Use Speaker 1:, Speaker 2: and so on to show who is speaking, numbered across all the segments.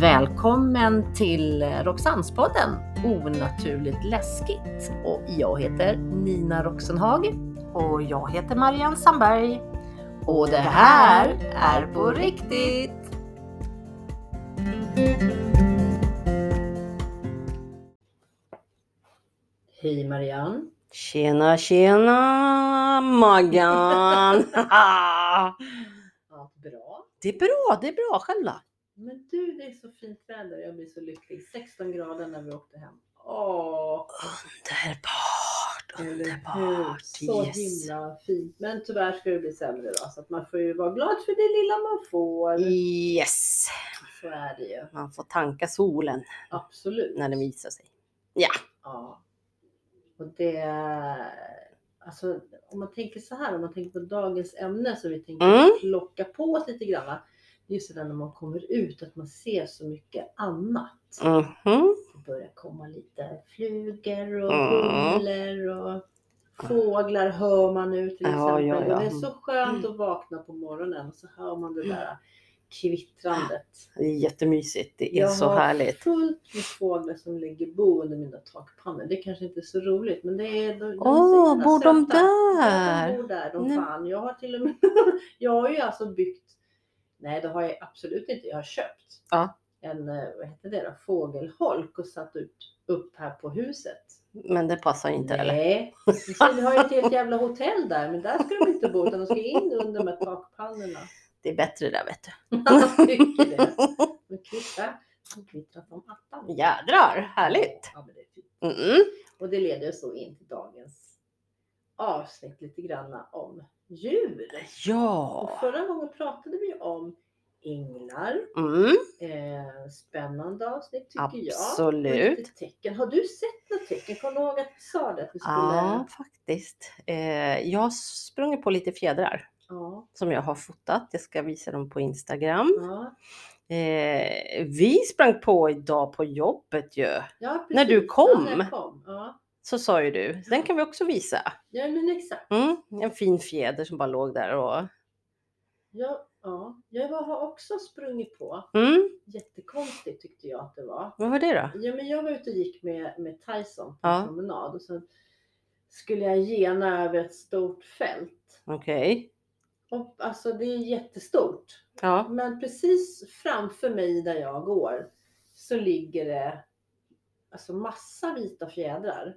Speaker 1: Välkommen till Roxannespodden Onaturligt läskigt. Och jag heter Nina Roxenhag.
Speaker 2: Och jag heter Marianne Sandberg.
Speaker 1: Och det här är på riktigt! Hej Marianne!
Speaker 2: Tjena, tjena Maggan!
Speaker 1: Allt bra?
Speaker 2: det är bra, det är bra. Själv då?
Speaker 1: Men du, det är så fint väder. Jag blir så lycklig. 16 grader när vi åkte hem. Åh,
Speaker 2: Underbart,
Speaker 1: eller hur?
Speaker 2: underbart.
Speaker 1: Så
Speaker 2: Yes.
Speaker 1: himla fint. Men tyvärr ska det bli sämre då. Så att man får ju vara glad för det lilla man
Speaker 2: Mm.
Speaker 1: får.
Speaker 2: yes!
Speaker 1: Så är det ju.
Speaker 2: Man får tanka solen
Speaker 1: Absolut.
Speaker 2: när den visar sig.
Speaker 1: Ja. Och det... Alltså, om man tänker så här, om man tänker på dagens ämne som vi tänker
Speaker 2: Mm.
Speaker 1: plocka på oss lite grann. va? Det är just det där när man kommer ut, att man ser så mycket annat.
Speaker 2: Mhm.
Speaker 1: Det börjar komma lite flugor och
Speaker 2: Mm.
Speaker 1: humlor och fåglar hör man nu till
Speaker 2: Ja,
Speaker 1: exempel.
Speaker 2: ja, ja.
Speaker 1: Och det är så skönt att vakna på morgonen och så hör man det där kvittrandet.
Speaker 2: Det är jättemysigt, det är
Speaker 1: Jag
Speaker 2: så
Speaker 1: har
Speaker 2: härligt.
Speaker 1: fullt med fåglar som lägger bo under mina takpannor. Det kanske inte är så roligt men det är... de- de är så
Speaker 2: Åh,
Speaker 1: himla
Speaker 2: bor de
Speaker 1: söta. Ja, de
Speaker 2: där?
Speaker 1: bor där. De
Speaker 2: Nej.
Speaker 1: fan. Jag har till och med... jag har ju alltså byggt... Nej, det har jag absolut inte. Jag har köpt
Speaker 2: Ja.
Speaker 1: en, eh, vad heter det då, fågelholk och satt ut, upp här på huset.
Speaker 2: Men det passar inte eller?
Speaker 1: Nej, vi har ju ett helt jävla hotell där, men där ska de inte bo utan de ska in under de här takpannorna.
Speaker 2: Det är bättre där vet du.
Speaker 1: Jag tycker det. De kvittrar, de kvittrar som attan.
Speaker 2: Jädrar, härligt!
Speaker 1: Ja, men det är fint.
Speaker 2: Mm.
Speaker 1: Och det leder oss då in till dagens avsnitt lite grann om djur. Och
Speaker 2: Ja.
Speaker 1: förra gången pratade vi om änglar.
Speaker 2: Mm.
Speaker 1: Eh, spännande avsnitt tycker jag. Och
Speaker 2: Absolut.
Speaker 1: lite tecken. Har du sett något tecken? Kommer du ihåg att vi sa det? Att vi skulle...
Speaker 2: Ja, faktiskt. Eh, jag har sprungit på lite fjädrar
Speaker 1: Ja.
Speaker 2: som jag har fotat. Jag ska visa dem på Instagram.
Speaker 1: Ja,
Speaker 2: Eh, vi sprang på idag på jobbet ju.
Speaker 1: ja precis.
Speaker 2: När du kom.
Speaker 1: Ja, när jag kom. Ja.
Speaker 2: Så sa ju du. Den kan vi också visa.
Speaker 1: ja, men exakt.
Speaker 2: Mm. En fin fjäder som bara låg där och...
Speaker 1: Ja, ja. Jag har också sprungit på.
Speaker 2: Mm.
Speaker 1: Jättekonstigt tyckte jag att det var.
Speaker 2: Vad var det då?
Speaker 1: Ja, men jag var ute och gick med, med Tyson på
Speaker 2: Ja.
Speaker 1: promenad och sen skulle jag gena över ett stort fält.
Speaker 2: Okej.
Speaker 1: Och, alltså det är jättestort.
Speaker 2: Ja.
Speaker 1: Men precis framför mig där jag går så ligger det alltså massa vita fjädrar.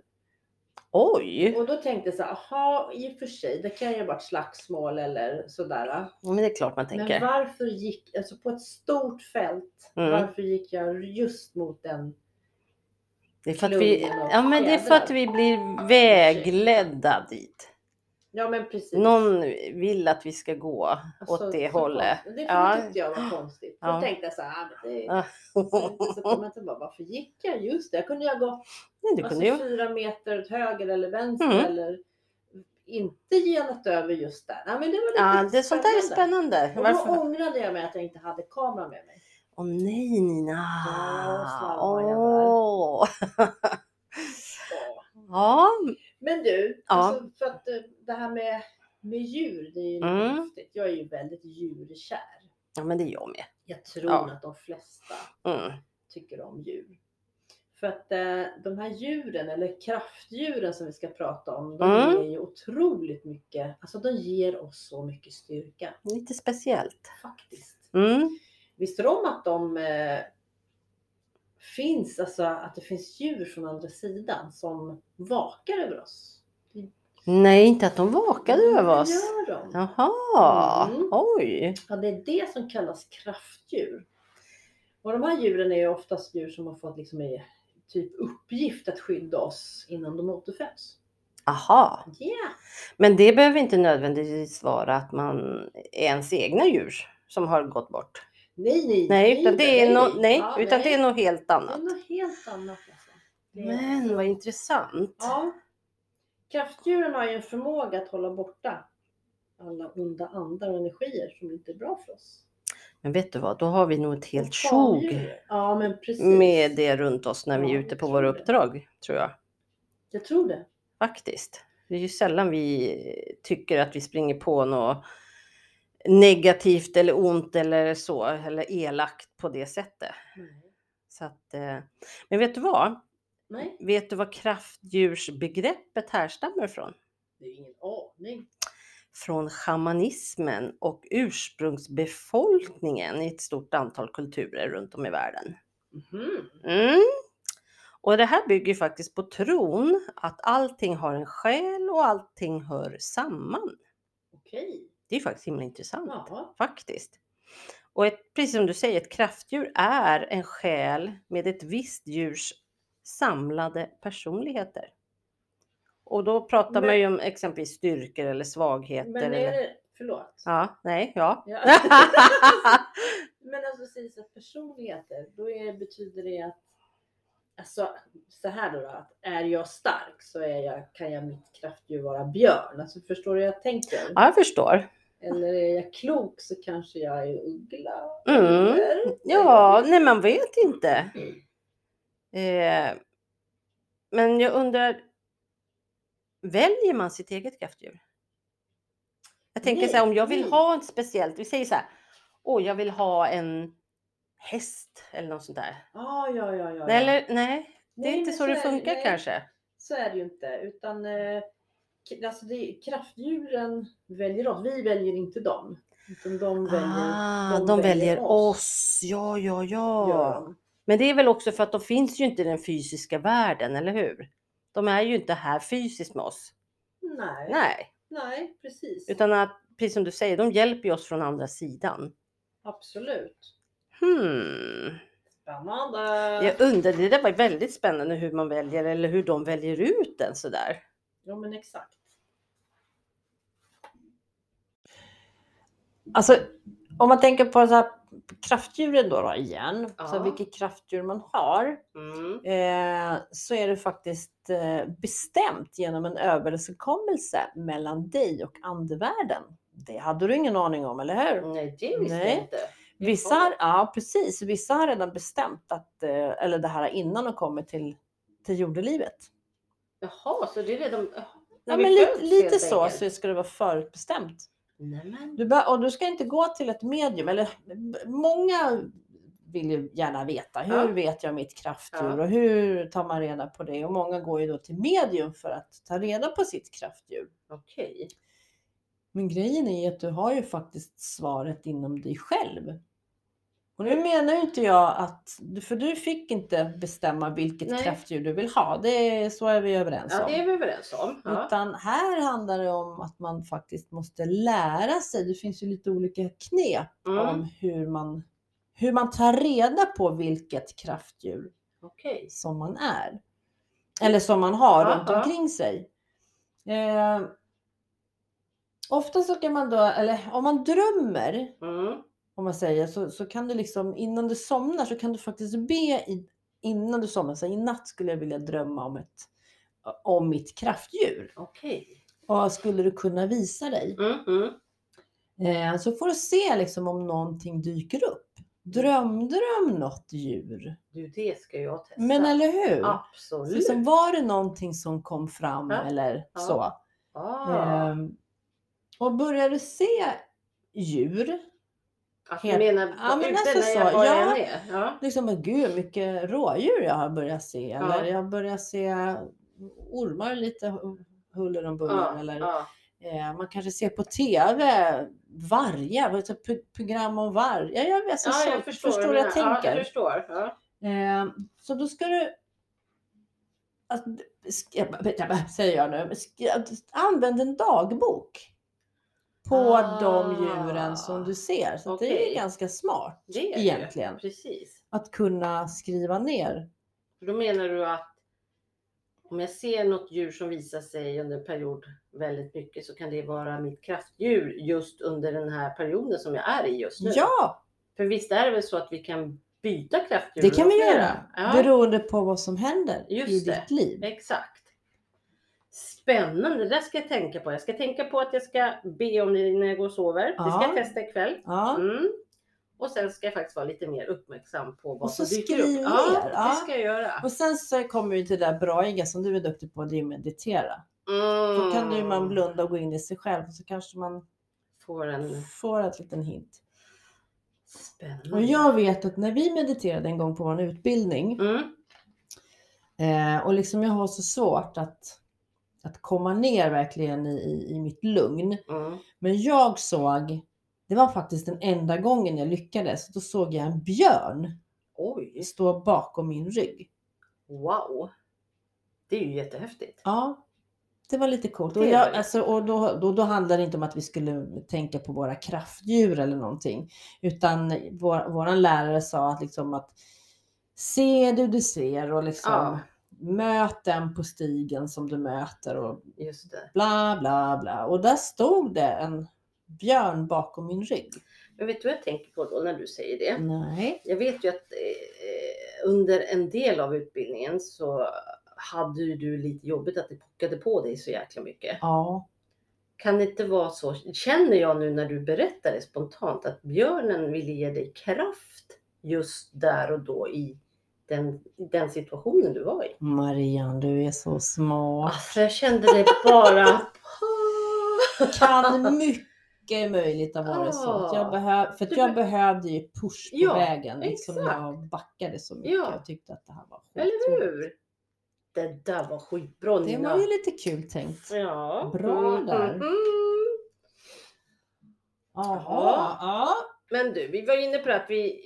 Speaker 2: Oj!
Speaker 1: Och då tänkte jag så här, jaha i och för sig, det kan ju ha varit slagsmål eller sådär.
Speaker 2: Men det är klart man
Speaker 1: Men
Speaker 2: tänker.
Speaker 1: varför gick, alltså på ett stort fält,
Speaker 2: Mm.
Speaker 1: varför gick jag just mot den?
Speaker 2: Det är för att vi,
Speaker 1: klungan av
Speaker 2: ja, men det är för
Speaker 1: fjädrar.
Speaker 2: att vi blir vägledda dit.
Speaker 1: Ja men precis.
Speaker 2: Någon vill att vi ska gå
Speaker 1: Alltså,
Speaker 2: åt det
Speaker 1: så
Speaker 2: hållet.
Speaker 1: konstigt. Det
Speaker 2: Ja.
Speaker 1: tyckte jag var konstigt. Då
Speaker 2: Ja.
Speaker 1: tänkte jag så här, ah, men det
Speaker 2: Ja.
Speaker 1: så, så kom jag inte bara, varför gick jag just det? Jag kunde ju ha gått
Speaker 2: Nej, det
Speaker 1: alltså,
Speaker 2: kunde ju...
Speaker 1: fyra meter åt höger eller vänster
Speaker 2: Mm.
Speaker 1: eller inte genat över just där. Nej, men det var lite
Speaker 2: Ja, det, sånt där är spännande.
Speaker 1: Och
Speaker 2: Varför?
Speaker 1: då ångrade jag mig att jag inte hade kameran med mig.
Speaker 2: Åh nej Nina!
Speaker 1: Ja, slarvar jag där.
Speaker 2: Åh!
Speaker 1: Ja.
Speaker 2: Ja,
Speaker 1: Men du,
Speaker 2: Ja.
Speaker 1: alltså, för att eh, det här med, med djur, det är ju lite
Speaker 2: Mm.
Speaker 1: häftigt. Jag är ju väldigt djurkär.
Speaker 2: ja, men det är jag med.
Speaker 1: Jag tror
Speaker 2: Ja.
Speaker 1: att de flesta
Speaker 2: Mm.
Speaker 1: tycker om djur. För att eh, de här djuren, eller kraftdjuren som vi ska prata om, de
Speaker 2: Mm.
Speaker 1: ger ju otroligt mycket, alltså de ger oss så mycket styrka
Speaker 2: Lite speciellt.
Speaker 1: faktiskt.
Speaker 2: Mm.
Speaker 1: Visste du om att de eh, finns, alltså att det finns djur från andra sidan som vakar över oss?
Speaker 2: Nej, inte att de vakade över
Speaker 1: Det
Speaker 2: oss.
Speaker 1: gör de.
Speaker 2: Jaha,
Speaker 1: Mm.
Speaker 2: oj.
Speaker 1: Ja, det är det som kallas kraftdjur. Och de här djuren är ju oftast djur som har fått liksom i typ uppgift att skydda oss innan de återföds.
Speaker 2: Aha.
Speaker 1: Yeah.
Speaker 2: Men det behöver inte nödvändigtvis vara att man är ens egna djur som har gått bort.
Speaker 1: Nej, nej,
Speaker 2: Nej, utan det är, no... nej,
Speaker 1: Ja,
Speaker 2: utan det är något helt
Speaker 1: det är
Speaker 2: annat.
Speaker 1: något helt annat. Alltså. Det är-
Speaker 2: Men vad intressant.
Speaker 1: Ja. Kraftdjuren har ju en förmåga att hålla borta alla onda andar och energier som inte är bra för oss.
Speaker 2: Men vet du vad, då har vi nog ett helt
Speaker 1: Och
Speaker 2: tjog
Speaker 1: tamdjur. Ja, men precis.
Speaker 2: med det runt oss när vi
Speaker 1: Ja,
Speaker 2: är
Speaker 1: jag
Speaker 2: ute på
Speaker 1: tror
Speaker 2: våra
Speaker 1: det.
Speaker 2: uppdrag, tror jag.
Speaker 1: Jag tror det.
Speaker 2: Faktiskt. Det är ju sällan vi tycker att vi springer på något negativt eller ont eller så, eller elakt på det sättet.
Speaker 3: Nej.
Speaker 2: Så att, eh, men vet du vad?
Speaker 3: Nej,
Speaker 2: Vet du vad kraftdjursbegreppet härstammar ifrån?
Speaker 3: det är ingen aning.
Speaker 2: Från shamanismen och ursprungsbefolkningen i ett stort antal kulturer runt om i världen.
Speaker 3: Mhm.
Speaker 2: Mm. Och det här bygger ju faktiskt på tron att allting har en själ och allting hör samman.
Speaker 3: Okej.
Speaker 2: Det är ju faktiskt himla intressant.
Speaker 3: Jaha.
Speaker 2: Faktiskt. Och ett, precis som du säger, ett kraftdjur är en själ med ett visst djurs samlade personligheter. Och då pratar man
Speaker 3: Men-
Speaker 2: ju om exempelvis styrkor eller svagheter.
Speaker 3: Men är
Speaker 2: eller...
Speaker 3: det... Förlåt.
Speaker 2: Ja, nej, ja.
Speaker 3: Ja. Men alltså precis att personligheter, då är, betyder det att Alltså så här då, då att är jag stark så är jag, kan jag mitt kraftdjur vara björn. Alltså förstår du hur jag tänker?
Speaker 2: ja, jag förstår.
Speaker 3: Eller är jag klok så kanske jag är uggla.
Speaker 2: Mm.
Speaker 3: Eller?
Speaker 2: Ja, nej man vet inte. Eh, men jag undrar, väljer man sitt eget kraftdjur? Jag tänker så här,
Speaker 3: Nej,
Speaker 2: om jag vill
Speaker 3: nej.
Speaker 2: ha en speciellt, vi säger så här, åh jag vill ha en häst eller något sånt där.
Speaker 3: Ah, ja, ja, ja, ja.
Speaker 2: Nej, eller, nej det
Speaker 3: Nej,
Speaker 2: är inte
Speaker 3: men
Speaker 2: så det
Speaker 3: är
Speaker 2: funkar
Speaker 3: nej,
Speaker 2: kanske.
Speaker 3: Så är det ju inte. Utan eh, k- alltså det, kraftdjuren väljer oss. Vi väljer inte dem. Utan de väljer,
Speaker 2: Ah,
Speaker 3: de
Speaker 2: de,
Speaker 3: väljer
Speaker 2: väljer,
Speaker 3: oss.
Speaker 2: oss. Ja, ja,
Speaker 3: gör
Speaker 2: ja.
Speaker 3: de.
Speaker 2: Men det är väl också för att de finns ju inte i den fysiska världen, eller hur? De är ju inte här fysiskt med oss.
Speaker 3: Nej, nej.
Speaker 2: Nej.
Speaker 3: precis.
Speaker 2: Utan att, precis som du säger, de hjälper ju oss från andra sidan.
Speaker 3: Absolut.
Speaker 2: Hmm.
Speaker 3: Spännande.
Speaker 2: Jag undrar, det där var väldigt spännande hur man väljer eller hur de väljer ut den sådär.
Speaker 3: Ja, men exakt.
Speaker 1: Alltså, om man tänker på så här, kraftdjuren då, då igen,
Speaker 2: Ja.
Speaker 1: så här, vilket kraftdjur man har,
Speaker 2: Mm.
Speaker 1: eh, så är det faktiskt eh, bestämt genom en överenskommelse mellan dig och andevärlden. Det hade du ingen aning om, eller hur?
Speaker 2: Nej, det
Speaker 1: visste jag
Speaker 2: inte.
Speaker 1: Vissa har, ja, precis, vissa har redan bestämt att, eh, eller det här har innan de kommer till, till jordelivet.
Speaker 2: Jaha, så det är redan...
Speaker 1: Ja, men lite, lite så, så ska det vara förutbestämt.
Speaker 2: Nej, men...
Speaker 1: Du bör, och du ska inte gå till ett medium. Eller, b- många vill ju gärna veta hur
Speaker 2: Ja.
Speaker 1: vet jag mitt kraftdjur
Speaker 2: Ja.
Speaker 1: och hur tar man reda på det? Och många går ju då till medium för att ta reda på sitt kraftdjur.
Speaker 2: Okej.
Speaker 1: Men grejen är ju att du har ju faktiskt svaret inom dig själv. Och nu menar ju inte jag att, för du fick inte bestämma vilket
Speaker 2: Nej.
Speaker 1: kraftdjur du vill ha. Det är, så är vi överens
Speaker 2: Ja,
Speaker 1: om.
Speaker 2: det är vi överens om. Ja.
Speaker 1: Utan här handlar det om att man faktiskt måste lära sig. Det finns ju lite olika knep
Speaker 2: Mm.
Speaker 1: om hur man, hur man tar reda på vilket kraftdjur
Speaker 2: Okej.
Speaker 1: som man är. Eller som man har
Speaker 2: Ja,
Speaker 1: runt
Speaker 2: ja.
Speaker 1: omkring sig. Eh, ofta så kan man då, eller om man drömmer,
Speaker 2: Mm.
Speaker 1: om man säger, så, så kan du liksom innan du somnar så kan du faktiskt be i, innan du somnar. Så här, i natt skulle jag vilja drömma om, ett, om mitt kraftdjur.
Speaker 2: Okej.
Speaker 1: Och skulle du kunna visa dig?
Speaker 2: Mm. Mm.
Speaker 1: Eh, så får du se liksom om någonting dyker upp. Drömde du om något djur?
Speaker 2: Du, det ska jag testa.
Speaker 1: Men eller hur? Så
Speaker 2: Absolut.
Speaker 1: liksom, var det någonting som kom fram
Speaker 2: Ja.
Speaker 1: eller
Speaker 2: Ja.
Speaker 1: så?
Speaker 2: Ah.
Speaker 1: Ehm, och börjar du se djur,
Speaker 2: Att du
Speaker 1: helt-
Speaker 2: menar
Speaker 1: Ja, men
Speaker 2: ute
Speaker 1: alltså
Speaker 2: när
Speaker 1: så,
Speaker 2: jag var
Speaker 1: ja.
Speaker 2: jag är? Ja.
Speaker 1: liksom men gud mycket rådjur jag har börjat se. Eller jag börjar se ormar lite hu- huller om buller.
Speaker 2: Ja,
Speaker 1: eller,
Speaker 2: ja.
Speaker 1: Eh, man kanske ser på TV vargar, vad heter det, pro- program om varg. Ja, jag, alltså,
Speaker 2: ja,
Speaker 1: så,
Speaker 2: jag förstår,
Speaker 1: förstår
Speaker 2: vad
Speaker 1: jag
Speaker 2: du menar. Ja, jag
Speaker 1: tänker.
Speaker 2: förstår. Ja.
Speaker 1: Eh, så då ska du... Att, sk- jag bara- jag bara- säger jag nu. Sk- att- Använd en dagbok på
Speaker 2: Ah.
Speaker 1: de djuren som du ser. Så att det
Speaker 2: Okej.
Speaker 1: är ganska smart
Speaker 2: Det är
Speaker 1: Egentligen.
Speaker 2: Det. Precis.
Speaker 1: att kunna skriva ner.
Speaker 2: För Då menar du att om jag ser något djur som visar sig under en period väldigt mycket så kan det vara mitt kraftdjur just under den här perioden som jag är i just nu.
Speaker 1: Ja,
Speaker 2: För visst är det väl så att vi kan byta kraftdjur?
Speaker 1: det kan vi
Speaker 2: flera?
Speaker 1: göra.
Speaker 2: Ja.
Speaker 1: Beroende på vad som händer
Speaker 2: Just
Speaker 1: i
Speaker 2: det.
Speaker 1: ditt liv.
Speaker 2: Exakt. Spännande, det där ska jag tänka på. Jag ska tänka på att jag ska be om det när jag går och sover. Det ska
Speaker 1: Ja.
Speaker 2: jag testa ikväll.
Speaker 1: Ja.
Speaker 2: Mm. Och sen ska jag faktiskt vara lite mer uppmärksam på vad
Speaker 1: Och så
Speaker 2: som dyker upp.
Speaker 1: skriv
Speaker 2: Ja,
Speaker 1: ner, ja.
Speaker 2: det ska jag göra.
Speaker 1: Och sen så kommer vi till det där braiga som du är duktig
Speaker 2: Mm.
Speaker 1: på, det är att meditera. Då kan ju man blunda och gå in i sig själv och så kanske man
Speaker 2: får en
Speaker 1: Får en liten hint.
Speaker 2: spännande...
Speaker 1: Och jag vet att när vi mediterade en gång på vår utbildning
Speaker 2: Mm.
Speaker 1: eh, och liksom jag har så svårt att, att komma ner verkligen i, i, i mitt lugn.
Speaker 2: Mm.
Speaker 1: Men jag såg, det var faktiskt den enda gången jag lyckades, då såg jag en björn
Speaker 2: Oj,
Speaker 1: stå bakom min rygg.
Speaker 2: wow. Det är ju jättehäftigt.
Speaker 1: Ja, det var lite coolt.
Speaker 2: Det
Speaker 1: Och,
Speaker 2: var
Speaker 1: jag,
Speaker 2: det.
Speaker 1: alltså, och då, då, då handlade det inte om att vi skulle tänka på våra kraftdjur eller någonting, utan vår, våran lärare sa att liksom att se du du ser och liksom
Speaker 2: Ja.
Speaker 1: möt den på stigen som du möter och
Speaker 2: Just det.
Speaker 1: bla bla bla. Och där stod det en björn bakom min rygg.
Speaker 2: Men vet du vad jag tänker på då när du säger det?
Speaker 1: Mm. Nej.
Speaker 2: Jag vet ju att eh, under en del av utbildningen så hade ju du lite jobbigt att det pockade på dig så jäkla mycket.
Speaker 1: Ja,
Speaker 2: Kan det inte vara så, känner jag nu när du berättar det spontant, att björnen vill ge dig kraft just där och då i den, i den situationen du var i?
Speaker 1: Marianne, du är så smart.
Speaker 2: Alltså jag kände det bara...
Speaker 1: kan mycket möjligt ha varit så. Att
Speaker 2: Ja.
Speaker 1: Jag behöv, för
Speaker 2: Du
Speaker 1: att jag
Speaker 2: be-
Speaker 1: behövde ju push på
Speaker 2: Ja,
Speaker 1: vägen. Liksom
Speaker 2: exakt.
Speaker 1: jag backade så mycket.
Speaker 2: Ja.
Speaker 1: Jag tyckte att det här var
Speaker 2: Eller
Speaker 1: skittråkigt.
Speaker 2: hur? Det där var skitbra
Speaker 1: Det
Speaker 2: Nina.
Speaker 1: var ju lite kul tänkt.
Speaker 2: Ja.
Speaker 1: Bra där.
Speaker 2: mm.
Speaker 1: Jaha.
Speaker 2: Ja.
Speaker 1: Ja.
Speaker 2: Men du, vi var inne på att vi,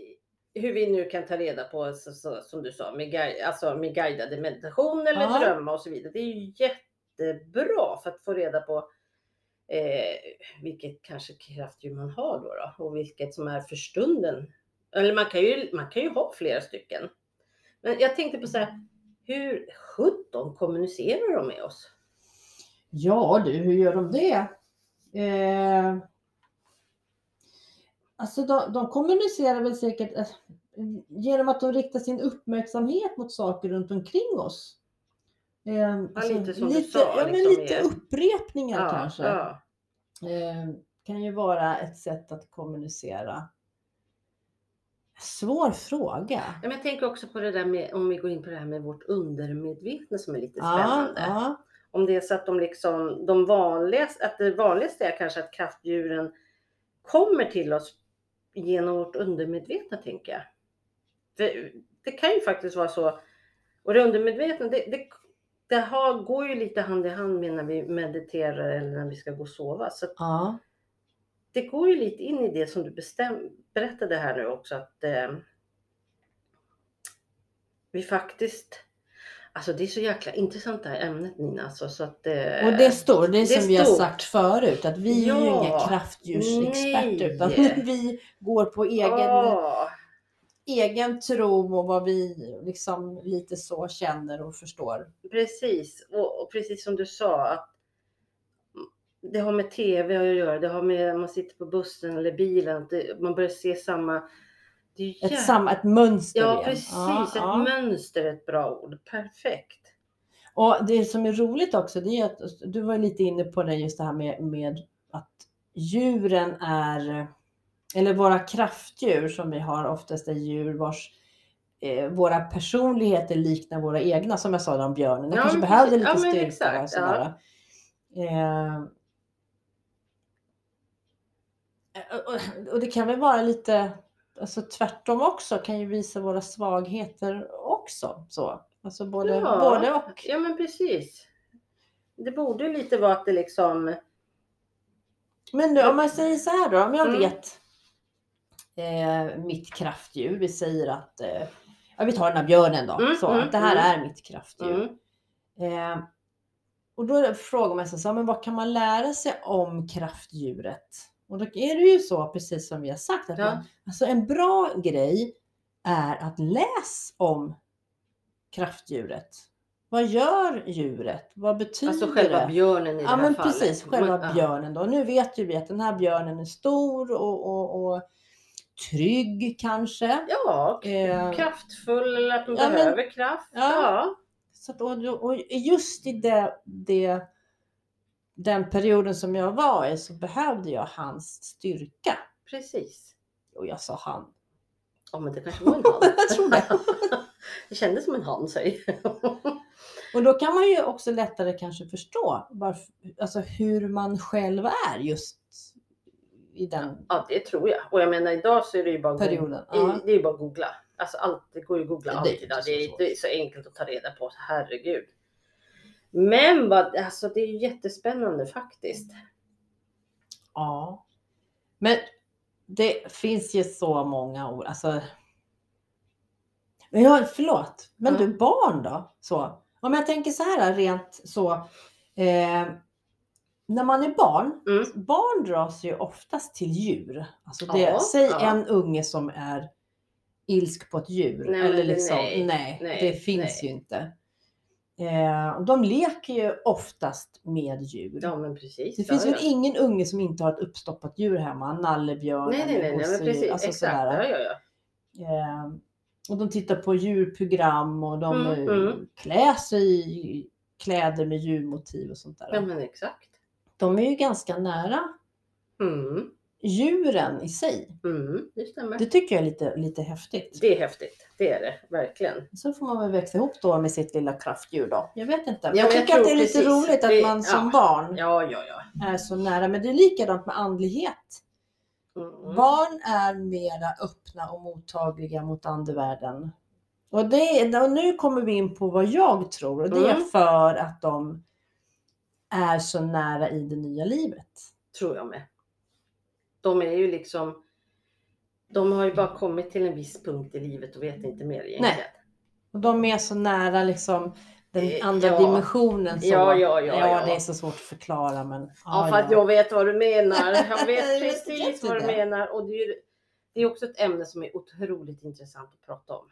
Speaker 2: hur vi nu kan ta reda på, så, så, som du sa, med, gui- alltså med guidade meditation eller
Speaker 1: Ja.
Speaker 2: drömma och så vidare. Det är ju jättebra för att få reda på eh, vilket kanske kraftdjur man har då, då och vilket som är för stunden. Eller man kan ju, man kan ju ha flera stycken. Men jag tänkte på så här, hur sjutton kommunicerar de med oss?
Speaker 1: ja du, hur gör de det? Eh, alltså de, de kommunicerar väl säkert eh, genom att de riktar sin uppmärksamhet mot saker runt omkring oss. Eh, alltså,
Speaker 2: lite som du sa,
Speaker 1: Ja, men
Speaker 2: liksom
Speaker 1: lite
Speaker 2: är-
Speaker 1: upprepningar
Speaker 2: Ja,
Speaker 1: kanske.
Speaker 2: ja.
Speaker 1: eh, kan ju vara ett sätt att kommunicera. Svår fråga.
Speaker 2: Ja, men jag tänker också på det där med, om vi går in på det här med vårt undermedvetna som är lite
Speaker 1: Ja,
Speaker 2: spännande.
Speaker 1: ja,
Speaker 2: Om det är så att de liksom, de vanligaste, att det vanligaste är kanske att kraftdjuren kommer till oss genom vårt undermedvetna tänker jag. Det, det kan ju faktiskt vara så. Och det undermedvetna, det, det, det har, går ju lite hand i hand med när vi mediterar eller när vi ska gå och sova. Så att
Speaker 1: ja.
Speaker 2: det går ju lite in i det som du bestäm, berättade här nu också att eh, vi faktiskt, alltså det är så jäkla intressant det här ämnet Nina. Alltså, så att, eh,
Speaker 1: Och det står, det är
Speaker 2: det är
Speaker 1: som vi har
Speaker 2: stort.
Speaker 1: sagt förut, att vi är ju
Speaker 2: Ja.
Speaker 1: inga kraftdjursexperter
Speaker 2: Nej.
Speaker 1: utan vi går på egen,
Speaker 2: Ja,
Speaker 1: egen tro och vad vi liksom lite så känner och förstår.
Speaker 2: precis. Och, och precis som du sa att det har med tv att göra. Det har med man sitter på bussen eller bilen. att Det, man börjar se samma. Det är ju
Speaker 1: Ett,
Speaker 2: jävla-
Speaker 1: samma, ett mönster
Speaker 2: Ja,
Speaker 1: igen.
Speaker 2: precis.
Speaker 1: Ja,
Speaker 2: ett
Speaker 1: ja.
Speaker 2: mönster är ett bra ord. Perfekt.
Speaker 1: Och det som är roligt också, det är ju att du var lite inne på det just det här med, med att djuren är, eller våra kraftdjur som vi har oftast är djur vars eh, våra personligheter liknar våra egna, som jag sa där om björnen. De
Speaker 2: Ja,
Speaker 1: kanske
Speaker 2: men
Speaker 1: behövde
Speaker 2: precis.
Speaker 1: lite
Speaker 2: Ja, men
Speaker 1: styrka. och
Speaker 2: exakt, ja.
Speaker 1: sådär. Eh, och- och- och det kan väl vara lite alltså tvärtom också, kan ju visa våra svagheter också. Så. Alltså både,
Speaker 2: Ja.
Speaker 1: både och.
Speaker 2: Ja, men precis. Det borde ju lite vara att det liksom.
Speaker 1: Men nu, om man säger så här då, om jag
Speaker 2: Mm.
Speaker 1: vet eh, mitt kraftdjur, vi säger att, eh, ja vi tar den här björnen då,
Speaker 2: Mm,
Speaker 1: så
Speaker 2: mm,
Speaker 1: att det här
Speaker 2: mm.
Speaker 1: är mitt kraftdjur.
Speaker 2: Mm,
Speaker 1: Eh, och då frågar man sig så här, men vad kan man lära sig om kraftdjuret? Och då är det ju så, precis som vi har sagt, att
Speaker 2: Ja.
Speaker 1: man, alltså en bra grej är att läs om kraftdjuret. Vad gör djuret? Vad betyder
Speaker 2: alltså
Speaker 1: det?
Speaker 2: själva björnen i det
Speaker 1: Ja
Speaker 2: här
Speaker 1: men
Speaker 2: fallet.
Speaker 1: precis, själva
Speaker 2: Men, ja.
Speaker 1: björnen då. Nu vet ju vi att den här björnen är stor och, och, och trygg kanske.
Speaker 2: Ja,
Speaker 1: Eh,
Speaker 2: kraftfull eller att de
Speaker 1: Ja, men-
Speaker 2: behöver kraft.
Speaker 1: Ja.
Speaker 2: Ja.
Speaker 1: Så att, och, och just i det, det, den perioden som jag var i så behövde jag hans styrka.
Speaker 2: precis.
Speaker 1: Och jag sa han.
Speaker 2: Ja, men det kanske var en han.
Speaker 1: Jag tror det.
Speaker 2: Det kändes som en han, säger
Speaker 1: Och då kan man ju också lättare kanske förstå varför, alltså hur man själv är just i den
Speaker 2: Ja, det tror jag. Och jag menar idag så är det ju bara, go-
Speaker 1: perioden. Ja.
Speaker 2: i, det är ju bara att googla. Alltså allt, det går ju att googla
Speaker 1: Ja,
Speaker 2: allt
Speaker 1: det är ju
Speaker 2: idag.
Speaker 1: inte
Speaker 2: Det är,
Speaker 1: så
Speaker 2: det är så enkelt att ta reda på. Herregud. Men vad, alltså det är ju jättespännande faktiskt.
Speaker 1: Ja. Men det finns ju så många ord. Alltså... Men jag, förlåt, men
Speaker 2: Ja.
Speaker 1: du barn då? Så. Om jag tänker så här rent så. Eh, när man är barn,
Speaker 2: Mm.
Speaker 1: barn dras ju oftast till djur. Alltså det,
Speaker 2: Ja,
Speaker 1: säg
Speaker 2: ja.
Speaker 1: en unge som är ilsk på ett djur.
Speaker 2: Nej,
Speaker 1: eller
Speaker 2: men det-
Speaker 1: liksom,
Speaker 2: nej,
Speaker 1: nej,
Speaker 2: nej,
Speaker 1: det finns
Speaker 2: nej.
Speaker 1: ju inte. Eh, och de leker ju oftast med djur.
Speaker 2: Ja men precis.
Speaker 1: Det
Speaker 2: ja,
Speaker 1: finns
Speaker 2: ja.
Speaker 1: väl ingen unge som inte har ett uppstoppat djur hemma, nallebjörn
Speaker 2: Nej nej nej, nej men
Speaker 1: gosedjur,
Speaker 2: precis.
Speaker 1: alltså
Speaker 2: Exakt. Ja,
Speaker 1: sådär.
Speaker 2: ja, ja.
Speaker 1: Eh, Och de tittar på djurprogram och de
Speaker 2: Mm,
Speaker 1: eh,
Speaker 2: mm.
Speaker 1: klär sig i kläder med djurmotiv och sånt där.
Speaker 2: ja men exakt.
Speaker 1: De är ju ganska nära
Speaker 2: Mm,
Speaker 1: djuren i sig.
Speaker 2: mm, det stämmer.
Speaker 1: Det tycker jag är lite, lite häftigt.
Speaker 2: Det är häftigt. Det är det verkligen.
Speaker 1: Sen får man väl växa ihop då med sitt lilla kraftdjur då. Jag vet inte.
Speaker 2: men
Speaker 1: Jag,
Speaker 2: jag
Speaker 1: tycker att
Speaker 2: tror
Speaker 1: det är lite
Speaker 2: precis.
Speaker 1: roligt att
Speaker 2: Det-
Speaker 1: man som
Speaker 2: ja.
Speaker 1: barn
Speaker 2: Ja ja ja.
Speaker 1: är så nära. Men det är likadant med andlighet.
Speaker 2: Mm.
Speaker 1: Barn är mera öppna och mottagliga mot andevärlden. Och, det, är- och nu kommer vi in på vad jag tror och det är
Speaker 2: Mm.
Speaker 1: för att de är så nära i det nya livet.
Speaker 2: Tror jag med. De är ju liksom. De har ju bara kommit till en viss punkt i livet och vet inte mer egentligen.
Speaker 1: Nej. Och de är så nära liksom den
Speaker 2: Eh,
Speaker 1: andra
Speaker 2: ja.
Speaker 1: dimensionen. Så,
Speaker 2: Ja, ja, ja, ja.
Speaker 1: det är så svårt att förklara men.
Speaker 2: Ja, för att jag vet vad du menar. Jag vet precis vad du menar. Och det är, ju, det är också ett ämne som är otroligt intressant att prata om.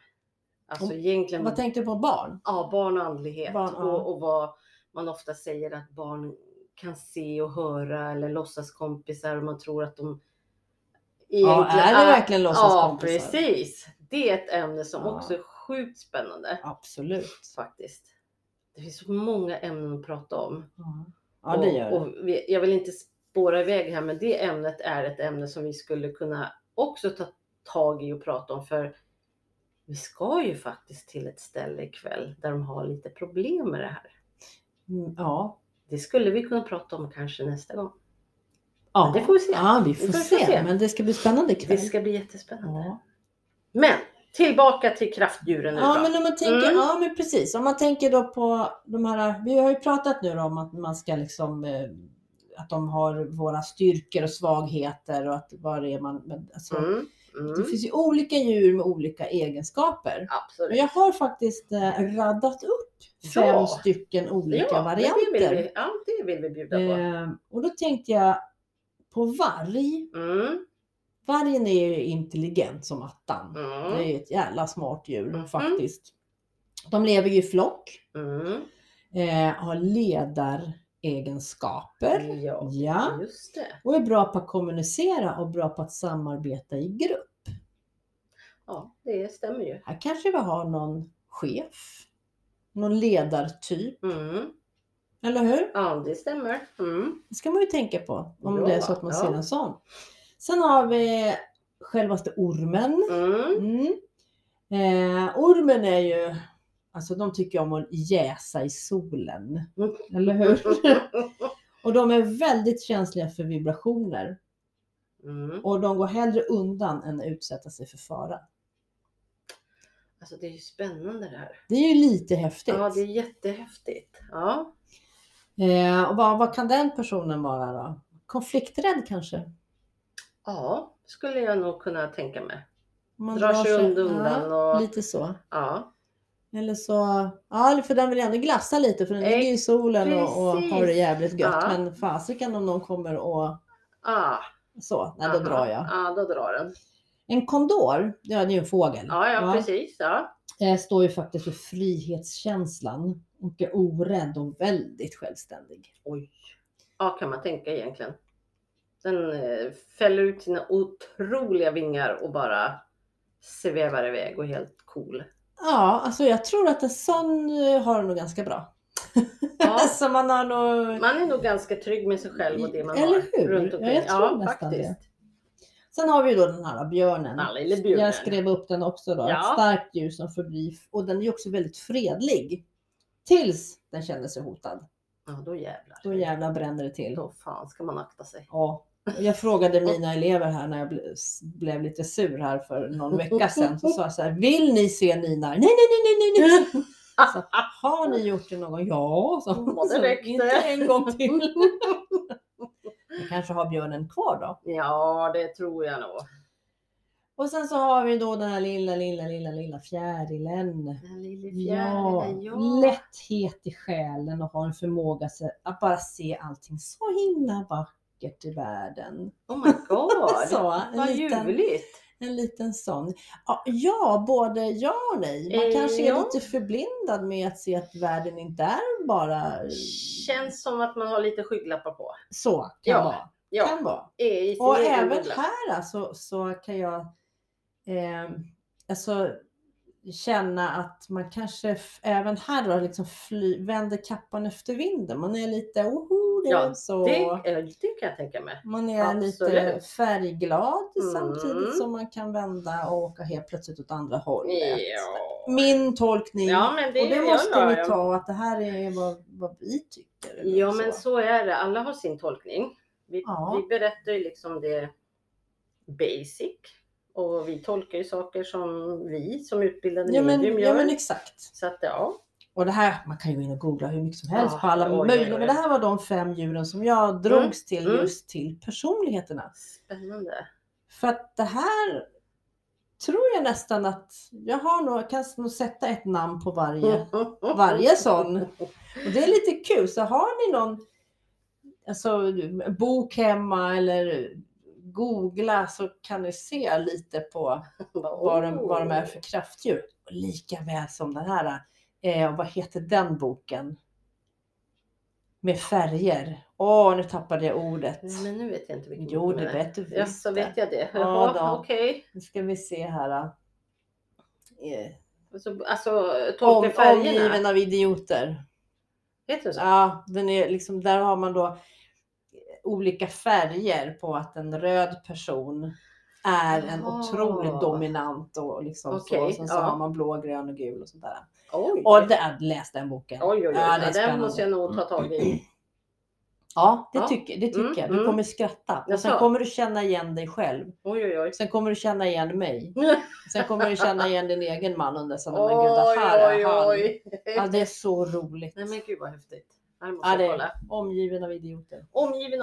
Speaker 2: Alltså
Speaker 1: Om-
Speaker 2: egentligen
Speaker 1: Vad tänkte du på barn?
Speaker 2: ja, barn och andlighet
Speaker 1: Barn, ja.
Speaker 2: och, och vad man ofta säger att barn kan se och höra eller låtsas kompisar och man tror att de
Speaker 1: Ja, är det verkligen
Speaker 2: Ah, Ja,
Speaker 1: låtsaskompisar?
Speaker 2: precis. Det är ett ämne som
Speaker 1: Ja.
Speaker 2: också är sjukt spännande
Speaker 1: Absolut.
Speaker 2: faktiskt. Det finns så många ämnen att prata om.
Speaker 1: Ja, ja det gör
Speaker 2: och,
Speaker 1: det.
Speaker 2: och vi, Jag vill inte spåra iväg här, men det ämnet är ett ämne som vi skulle kunna också ta tag i och prata om. För vi ska ju faktiskt till ett ställe ikväll där de har lite problem med det här.
Speaker 1: Mm, Ja.
Speaker 2: Det skulle vi kunna prata om kanske nästa gång.
Speaker 1: Ja.
Speaker 2: Det får vi se.
Speaker 1: Ja, vi får, se. Men det ska bli spännande
Speaker 2: Det
Speaker 1: ikväll.
Speaker 2: ska bli jättespännande.
Speaker 1: Ja.
Speaker 2: Men tillbaka till kraftdjuren nu
Speaker 1: Ja
Speaker 2: då.
Speaker 1: men, om man tänker,
Speaker 2: Mm.
Speaker 1: ja men precis, om man tänker då på de här, vi har ju pratat nu då om att man ska liksom, eh, att de har våra styrkor och svagheter och att vad det är man, men alltså,
Speaker 2: Mm,
Speaker 1: det
Speaker 2: mm,
Speaker 1: finns ju olika djur med olika egenskaper. Och
Speaker 2: absolut.
Speaker 1: jag har faktiskt eh, raddat upp fem
Speaker 2: Ja.
Speaker 1: stycken olika
Speaker 2: men Det vill
Speaker 1: varianter.
Speaker 2: vi, ja, det vill vi bjuda på.
Speaker 1: Eh, och då tänkte jag på varg.
Speaker 2: Mm,
Speaker 1: Vargen är ju intelligent som attan. Det är
Speaker 2: mm,
Speaker 1: ju ett jävla smart djur
Speaker 2: Mhm.
Speaker 1: faktiskt. De lever ju i flock,
Speaker 2: mm.
Speaker 1: eh, har ledaregenskaper.
Speaker 2: Ja,
Speaker 1: Ja.
Speaker 2: just det.
Speaker 1: Och är bra på att kommunicera och bra på att samarbeta i grupp.
Speaker 2: Ja, det stämmer ju.
Speaker 1: Här kanske vi har någon chef, någon ledartyp,
Speaker 2: Mm.
Speaker 1: eller hur?
Speaker 2: Ja, det stämmer. Mm.
Speaker 1: Det ska man ju tänka på om
Speaker 2: Ja,
Speaker 1: det är så att man
Speaker 2: ja.
Speaker 1: ser en sån. Sen har vi självaste ormen.
Speaker 2: Mm.
Speaker 1: Mm. Eh, ormen är ju, alltså de tycker om att jäsa i solen.
Speaker 2: Mm.
Speaker 1: Eller hur? och de är väldigt känsliga för vibrationer.
Speaker 2: Mm.
Speaker 1: Och de går hellre undan än att utsätta sig för fara.
Speaker 2: Alltså det är ju spännande det här.
Speaker 1: Det är ju lite häftigt.
Speaker 2: Ja, det är jättehäftigt. Ja,
Speaker 1: eh, och vad, vad kan den personen vara då? Konflikträdd kanske?
Speaker 2: ja skulle jag nog kunna tänka mig.
Speaker 1: Om Man
Speaker 2: Drar sig und- undan
Speaker 1: Ja,
Speaker 2: och...
Speaker 1: Lite så.
Speaker 2: Ja,
Speaker 1: Eller så, ja för den vill ändå glassa lite för den
Speaker 2: Ex-
Speaker 1: ligger ju i solen och, och har det
Speaker 2: precis.
Speaker 1: jävligt gött.
Speaker 2: Ja.
Speaker 1: Men fasiken om någon kommer och
Speaker 2: ah,
Speaker 1: så, nej då
Speaker 2: aha.
Speaker 1: drar jag.
Speaker 2: Ja, då drar den.
Speaker 1: En kondor, ja det är ju en fågel,
Speaker 2: Ja, ja,
Speaker 1: Ja.
Speaker 2: precis. Ja.
Speaker 1: eh, står ju faktiskt för frihetskänslan och är orädd och väldigt självständig.
Speaker 2: Oj. Ja, kan man tänka egentligen. Den eh, fäller ut sina otroliga vingar och bara svävar iväg och är helt cool.
Speaker 1: Ja, alltså jag tror att en sån eh, har det nog ganska bra.
Speaker 2: Ja.
Speaker 1: så man har nog...
Speaker 2: Man är nog ganska trygg med sig själv och det man
Speaker 1: Eller
Speaker 2: har
Speaker 1: hur?
Speaker 2: runt
Speaker 1: Ja,
Speaker 2: omkring.
Speaker 1: jag tror nästan det. Sen har vi ju då den här björnen.
Speaker 2: Ja, lille björnen.
Speaker 1: Jag skrev upp den också då.
Speaker 2: Ja.
Speaker 1: Ett starkt djur som förblir, och den är ju också väldigt fredlig. Tills den känner sig hotad.
Speaker 2: Ja, då jävlar.
Speaker 1: Då jävlar bränner det till.
Speaker 2: Då fan ska man akta sig.
Speaker 1: Ja. Och Jag frågade mina elever här när jag ble- s- blev lite sur här för någon vecka sedan. Så sa jag så här, vill ni se Nina? Nej, nej, nej, nej, nej, nej. Så, har ni gjort det någon gång? Ja, så,
Speaker 2: Ja, det
Speaker 1: så
Speaker 2: räckte.
Speaker 1: inte en gång till. Vi kanske har björnen kvar då.
Speaker 2: Ja, det tror jag nog.
Speaker 1: Och sen så har vi då den här lilla, lilla, lilla, lilla fjärilen.
Speaker 2: Den lille
Speaker 1: Ja,
Speaker 2: fjärilen,
Speaker 1: lätthet i själen och ha en förmåga se- att bara se allting så himla vackert i världen.
Speaker 2: Oh my god.
Speaker 1: så, en,
Speaker 2: Vad
Speaker 1: liten,
Speaker 2: ljuvligt.
Speaker 1: en liten sån. Ja, Ja, både ja och nej. Man
Speaker 2: Eh,
Speaker 1: kanske är
Speaker 2: ja.
Speaker 1: lite förblindad med att se att världen inte är bara
Speaker 2: Känns som att man har lite skygglappar på.
Speaker 1: så. Kan
Speaker 2: Ja.
Speaker 1: vara.
Speaker 2: Ja,
Speaker 1: Kan vara.
Speaker 2: är i sin
Speaker 1: Och
Speaker 2: egen
Speaker 1: även
Speaker 2: bubbla.
Speaker 1: här alltså, så kan jag eh, alltså, känna att man kanske f- även här då liksom fly, vänder kappan efter vinden. Man är lite, oho, det är
Speaker 2: Ja,
Speaker 1: så.
Speaker 2: Det, eh, det kan jag tänka mig.
Speaker 1: Man är lite
Speaker 2: absolut.
Speaker 1: färgglad
Speaker 2: Mm.
Speaker 1: samtidigt som man kan vända och åka helt plötsligt åt andra hållet.
Speaker 2: Ja.
Speaker 1: Min tolkning.
Speaker 2: Ja, men det,
Speaker 1: Mm. och det
Speaker 2: ja,
Speaker 1: måste
Speaker 2: ja,
Speaker 1: ni
Speaker 2: ja.
Speaker 1: ta att det här är vad, vad vi tycker. eller
Speaker 2: Ja, men så är det. Alla har sin tolkning. Vi,
Speaker 1: Ja.
Speaker 2: vi berättar ju liksom det basic och vi tolkar ju saker som vi som utbildade
Speaker 1: Ja men,
Speaker 2: medium
Speaker 1: ja
Speaker 2: gör.
Speaker 1: men exakt.
Speaker 2: Så att ja,
Speaker 1: Och det här, man kan ju gå in och googla hur mycket som helst
Speaker 2: Ja,
Speaker 1: på alla
Speaker 2: oj, oj,
Speaker 1: möjliga.
Speaker 2: oj.
Speaker 1: Men det här var de fem djuren som jag drogs till
Speaker 2: mm.
Speaker 1: just till personligheterna.
Speaker 2: spännande.
Speaker 1: För att det här tror jag nästan att jag har nog, kan nog sätta ett namn på
Speaker 2: Mm.
Speaker 1: varje, varje sån. Och det är lite kul. Så har ni någon alltså, bok hemma eller googla så kan ni se lite på vad de, vad de är
Speaker 2: Oh.
Speaker 1: för kraftdjur. Och lika väl som den här, eh, vad heter den boken? Med färger. Åh, nu tappade jag ordet.
Speaker 2: Nej, Oh. Men nu vet jag inte vilken
Speaker 1: Jo,
Speaker 2: bok
Speaker 1: det
Speaker 2: den är.
Speaker 1: vet du
Speaker 2: Ja,
Speaker 1: visst.
Speaker 2: så vet jag det.
Speaker 1: Ja,
Speaker 2: Jaha,
Speaker 1: då.
Speaker 2: okej.
Speaker 1: Nu ska vi se här. eh,
Speaker 2: Alltså, alltså
Speaker 1: Om,
Speaker 2: tolka färgerna.
Speaker 1: omgiven av idioter.
Speaker 2: Heter det så?
Speaker 1: Ja, den är liksom, där har man då olika färger på att en röd person är en
Speaker 2: Jaha.
Speaker 1: otroligt dominant och liksom så.
Speaker 2: Okej,
Speaker 1: Och sen så
Speaker 2: ja.
Speaker 1: har man blå, grön och gul och sådär.
Speaker 2: Oj.
Speaker 1: Och det, är- läs den boken.
Speaker 2: oj, oj, oj.
Speaker 1: Ja, det är
Speaker 2: Ja, den
Speaker 1: spännande. Mm.
Speaker 2: måste jag nog ta tag i.
Speaker 1: Ja, det
Speaker 2: Ja.
Speaker 1: tycker, det tycker
Speaker 2: Mm,
Speaker 1: jag. Du
Speaker 2: mm.
Speaker 1: kommer skratta. Och sen
Speaker 2: Jaså?
Speaker 1: kommer du känna igen dig själv.
Speaker 2: Oj, oj, oj.
Speaker 1: Sen kommer du känna igen mig.
Speaker 2: Oj,
Speaker 1: Sen kommer du känna igen din egen man under sen men gud vad fan
Speaker 2: oj,
Speaker 1: är han?
Speaker 2: oj.
Speaker 1: Ja, det är så roligt.
Speaker 2: Nej men gud vad häftigt. Det här måste
Speaker 1: Ja, det
Speaker 2: jag
Speaker 1: är
Speaker 2: kolla.
Speaker 1: omgiven av idioter.
Speaker 2: Omgiven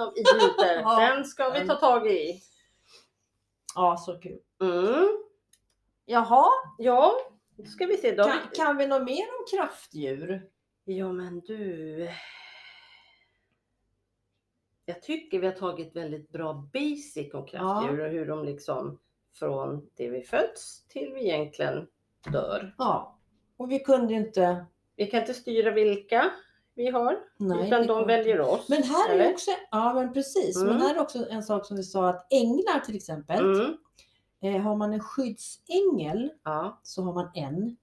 Speaker 2: av idioter.
Speaker 1: Ja.
Speaker 2: Den ska vi ta tag i.
Speaker 1: Ja, så kul.
Speaker 2: Mm.
Speaker 1: Jaha,
Speaker 2: Ja, då ska vi se. Då. har vi-
Speaker 1: kan, kan vi något mer om kraftdjur?
Speaker 2: Ja men du. Jag tycker vi har tagit väldigt bra basic om kraftdjur och hur de liksom från det vi föds till vi egentligen dör.
Speaker 1: Ja, och vi kunde ju inte...
Speaker 2: Vi kan inte styra vilka vi har
Speaker 1: Nej,
Speaker 2: utan
Speaker 1: vi
Speaker 2: de
Speaker 1: kunde-
Speaker 2: väljer oss.
Speaker 1: Men här är
Speaker 2: eller?
Speaker 1: ju också, ja men precis, men
Speaker 2: Mm.
Speaker 1: här är också en sak som vi sa att änglar till exempel,
Speaker 2: Mm,
Speaker 1: eh, har man en skyddsängel
Speaker 2: ja,
Speaker 1: så har man en.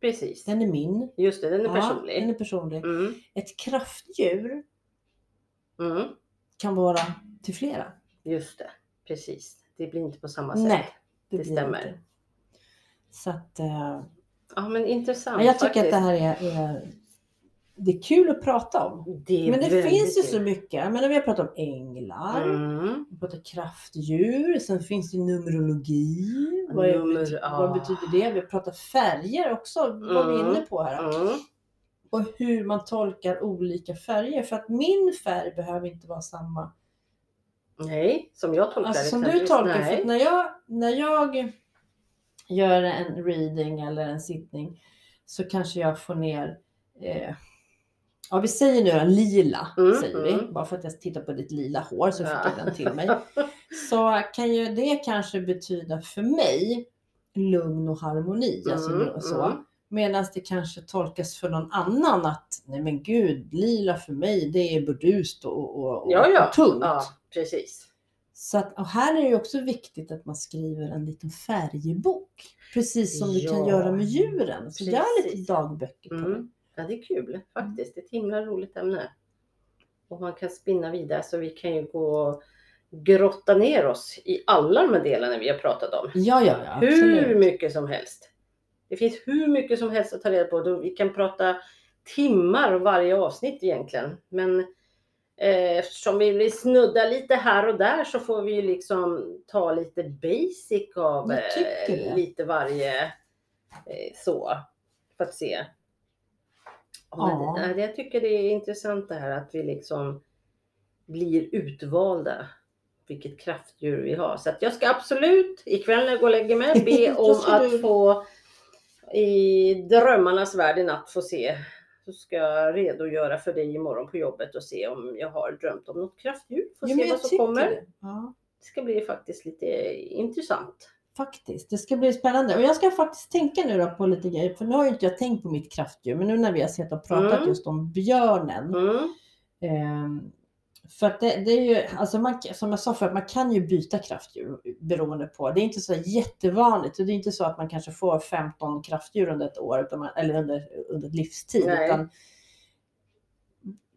Speaker 2: precis.
Speaker 1: Den är min.
Speaker 2: Just det, den är
Speaker 1: Ja, den
Speaker 2: personlig.
Speaker 1: är personlig.
Speaker 2: Mm,
Speaker 1: Ett kraftdjur
Speaker 2: mm,
Speaker 1: kan vara till flera.
Speaker 2: just det, precis. Det blir inte på samma sätt.
Speaker 1: Nej,
Speaker 2: det
Speaker 1: blir
Speaker 2: stämmer.
Speaker 1: inte. Så att, eh,
Speaker 2: Ja men intressant
Speaker 1: men jag tycker
Speaker 2: faktiskt.
Speaker 1: att det här är, är, det är kul att prata om.
Speaker 2: Det är
Speaker 1: Men det
Speaker 2: väldigt
Speaker 1: finns ju så
Speaker 2: kul.
Speaker 1: mycket. Jag menar, vi har pratat om änglar,
Speaker 2: Mm.
Speaker 1: vi pratar kraftdjur, sen finns det numerologi. Vad, är,
Speaker 2: Numer- ja.
Speaker 1: vad betyder det? Vi pratar färger också, vad vi är
Speaker 2: Mm.
Speaker 1: inne på här.
Speaker 2: Mm.
Speaker 1: och hur man tolkar olika färger. För att min färg behöver inte vara samma
Speaker 2: Nej, som jag tolkar
Speaker 1: alltså, som du
Speaker 2: exempelvis.
Speaker 1: tolkar. För att
Speaker 2: Nej.
Speaker 1: när jag, när jag gör en reading eller en sittning så kanske jag får ner, eh, ja vi säger nu då lila,
Speaker 2: Mm,
Speaker 1: säger vi.
Speaker 2: mm.
Speaker 1: Bara för att jag tittar på ditt lila hår så fick
Speaker 2: Ja.
Speaker 1: jag den till mig. Så kan ju det kanske betyda för mig lugn och harmoni. alltså,
Speaker 2: Mm,
Speaker 1: så.
Speaker 2: mm.
Speaker 1: Medan det kanske tolkas för någon annan att nej men gud, lila för mig det är burdust och, och, och,
Speaker 2: Ja, ja.
Speaker 1: och tungt.
Speaker 2: Ja, precis.
Speaker 1: Så att, och här är det ju också viktigt att man skriver en liten färgbok. Precis som du kan
Speaker 2: Ja,
Speaker 1: göra med djuren. Så gör
Speaker 2: precis.
Speaker 1: lite dagböcker på det.
Speaker 2: Mm. Ja, det är kul faktiskt. Det är ett himla roligt ämne. Och man kan spinna vidare så vi kan ju gå och grotta ner oss i alla de här delarna vi har pratat om.
Speaker 1: Ja, ja, ja.
Speaker 2: Hur
Speaker 1: Absolut.
Speaker 2: mycket som helst. Det finns hur mycket som helst att ta reda på. Då Vi kan prata timmar om varje avsnitt egentligen. Men Eh, Eftersom vi vill snudda lite här och där så får vi ju liksom ta lite basic av
Speaker 1: Jag
Speaker 2: eh,
Speaker 1: tycker det.
Speaker 2: lite varje eh, så. För att se.
Speaker 1: Ja.
Speaker 2: Men, eh, jag tycker det är intressant det här att vi liksom blir utvalda. Vilket kraftdjur vi har. Så att jag ska absolut ikväll när jag går och lägger mig be
Speaker 1: Då
Speaker 2: om
Speaker 1: ska
Speaker 2: att
Speaker 1: du-
Speaker 2: få i drömmarnas värld i natt få se så ska jag redogöra för dig imorgon på jobbet och se om jag har drömt om något kraftdjur. Får
Speaker 1: Jo, men
Speaker 2: se
Speaker 1: jag
Speaker 2: vad som
Speaker 1: tycker
Speaker 2: kommer. Det.
Speaker 1: det. Ja,
Speaker 2: ska bli faktiskt lite intressant.
Speaker 1: faktiskt. Det ska bli spännande. Och jag ska faktiskt tänka nu då på lite grejer. För nu har ju inte jag tänkt på mitt kraftdjur. Men nu när vi har sett och pratat
Speaker 2: Mm.
Speaker 1: just om björnen.
Speaker 2: Mm.
Speaker 1: Ehm, för att det, det är ju, alltså man, som jag sa förut, man kan ju byta kraftdjur beroende på. Det är inte så jättevanligt. och Det är inte så att man kanske får 15 kraftdjur under ett år utan man, eller under, under ett livstid.
Speaker 2: Nej.
Speaker 1: Utan,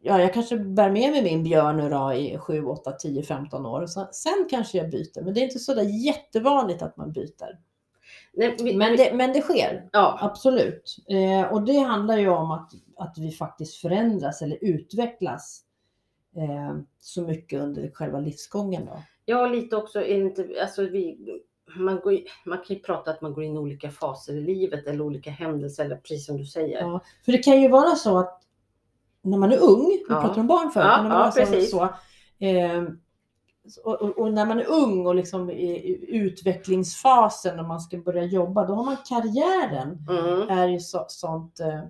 Speaker 1: ja, jag kanske bär med mig min björn nu då i 7, 8, 10, 15 år. Och så, sen kanske jag byter, men det är inte så där jättevanligt att man byter.
Speaker 2: Nej, vi,
Speaker 1: Men det, men det sker.
Speaker 2: ja.
Speaker 1: Absolut. Eh, och det handlar ju om att, att vi faktiskt förändras eller utvecklas eh, så mycket under själva livsgången. Då.
Speaker 2: Jag har lite också, är inte, alltså vi, man, går, i- man kan ju prata att man går in i olika faser i livet eller olika händelser, eller precis som du säger.
Speaker 1: Ja. För det kan ju vara så att när man är ung, vi
Speaker 2: Ja.
Speaker 1: pratar om barn förut,
Speaker 2: Ja,
Speaker 1: men
Speaker 2: ja,
Speaker 1: när man var
Speaker 2: precis.
Speaker 1: så, så, eh, och, och, och när man är ung och liksom i, i utvecklingsfasen när man ska börja jobba, då har man karriären
Speaker 2: Mm.
Speaker 1: är ju så, sånt eh,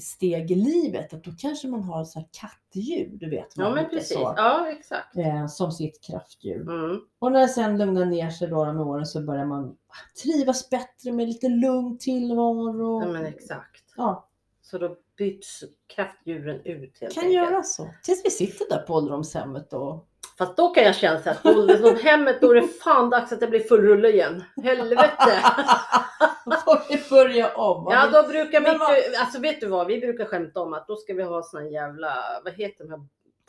Speaker 1: steg i livet att då kanske man har så här kattdjur, du vet.
Speaker 2: Ja
Speaker 1: man
Speaker 2: men
Speaker 1: lite
Speaker 2: precis,
Speaker 1: så.
Speaker 2: ja exakt.
Speaker 1: eh, som sitt kraftdjur.
Speaker 2: Mm.
Speaker 1: Och när det sen lugnar ner sig då med åren så börjar man trivas bättre med lite lugn tillvaro.
Speaker 2: Ja, men exakt.
Speaker 1: Ja,
Speaker 2: Så då byts kraftdjuren ut helt
Speaker 1: kan
Speaker 2: enkelt.
Speaker 1: göra så. Tills vi sitter där på ålderdomshemmet och
Speaker 2: Fast då kan jag känna så här, att ålderdomshemmet, då är det fan dags att det blir full rulle igen. Helvete!
Speaker 1: då får vi börja om.
Speaker 2: Ja, då brukar vi
Speaker 1: Men
Speaker 2: inte, alltså vet du vad, vi brukar skämta om att då ska vi ha sån här jävla, vad heter de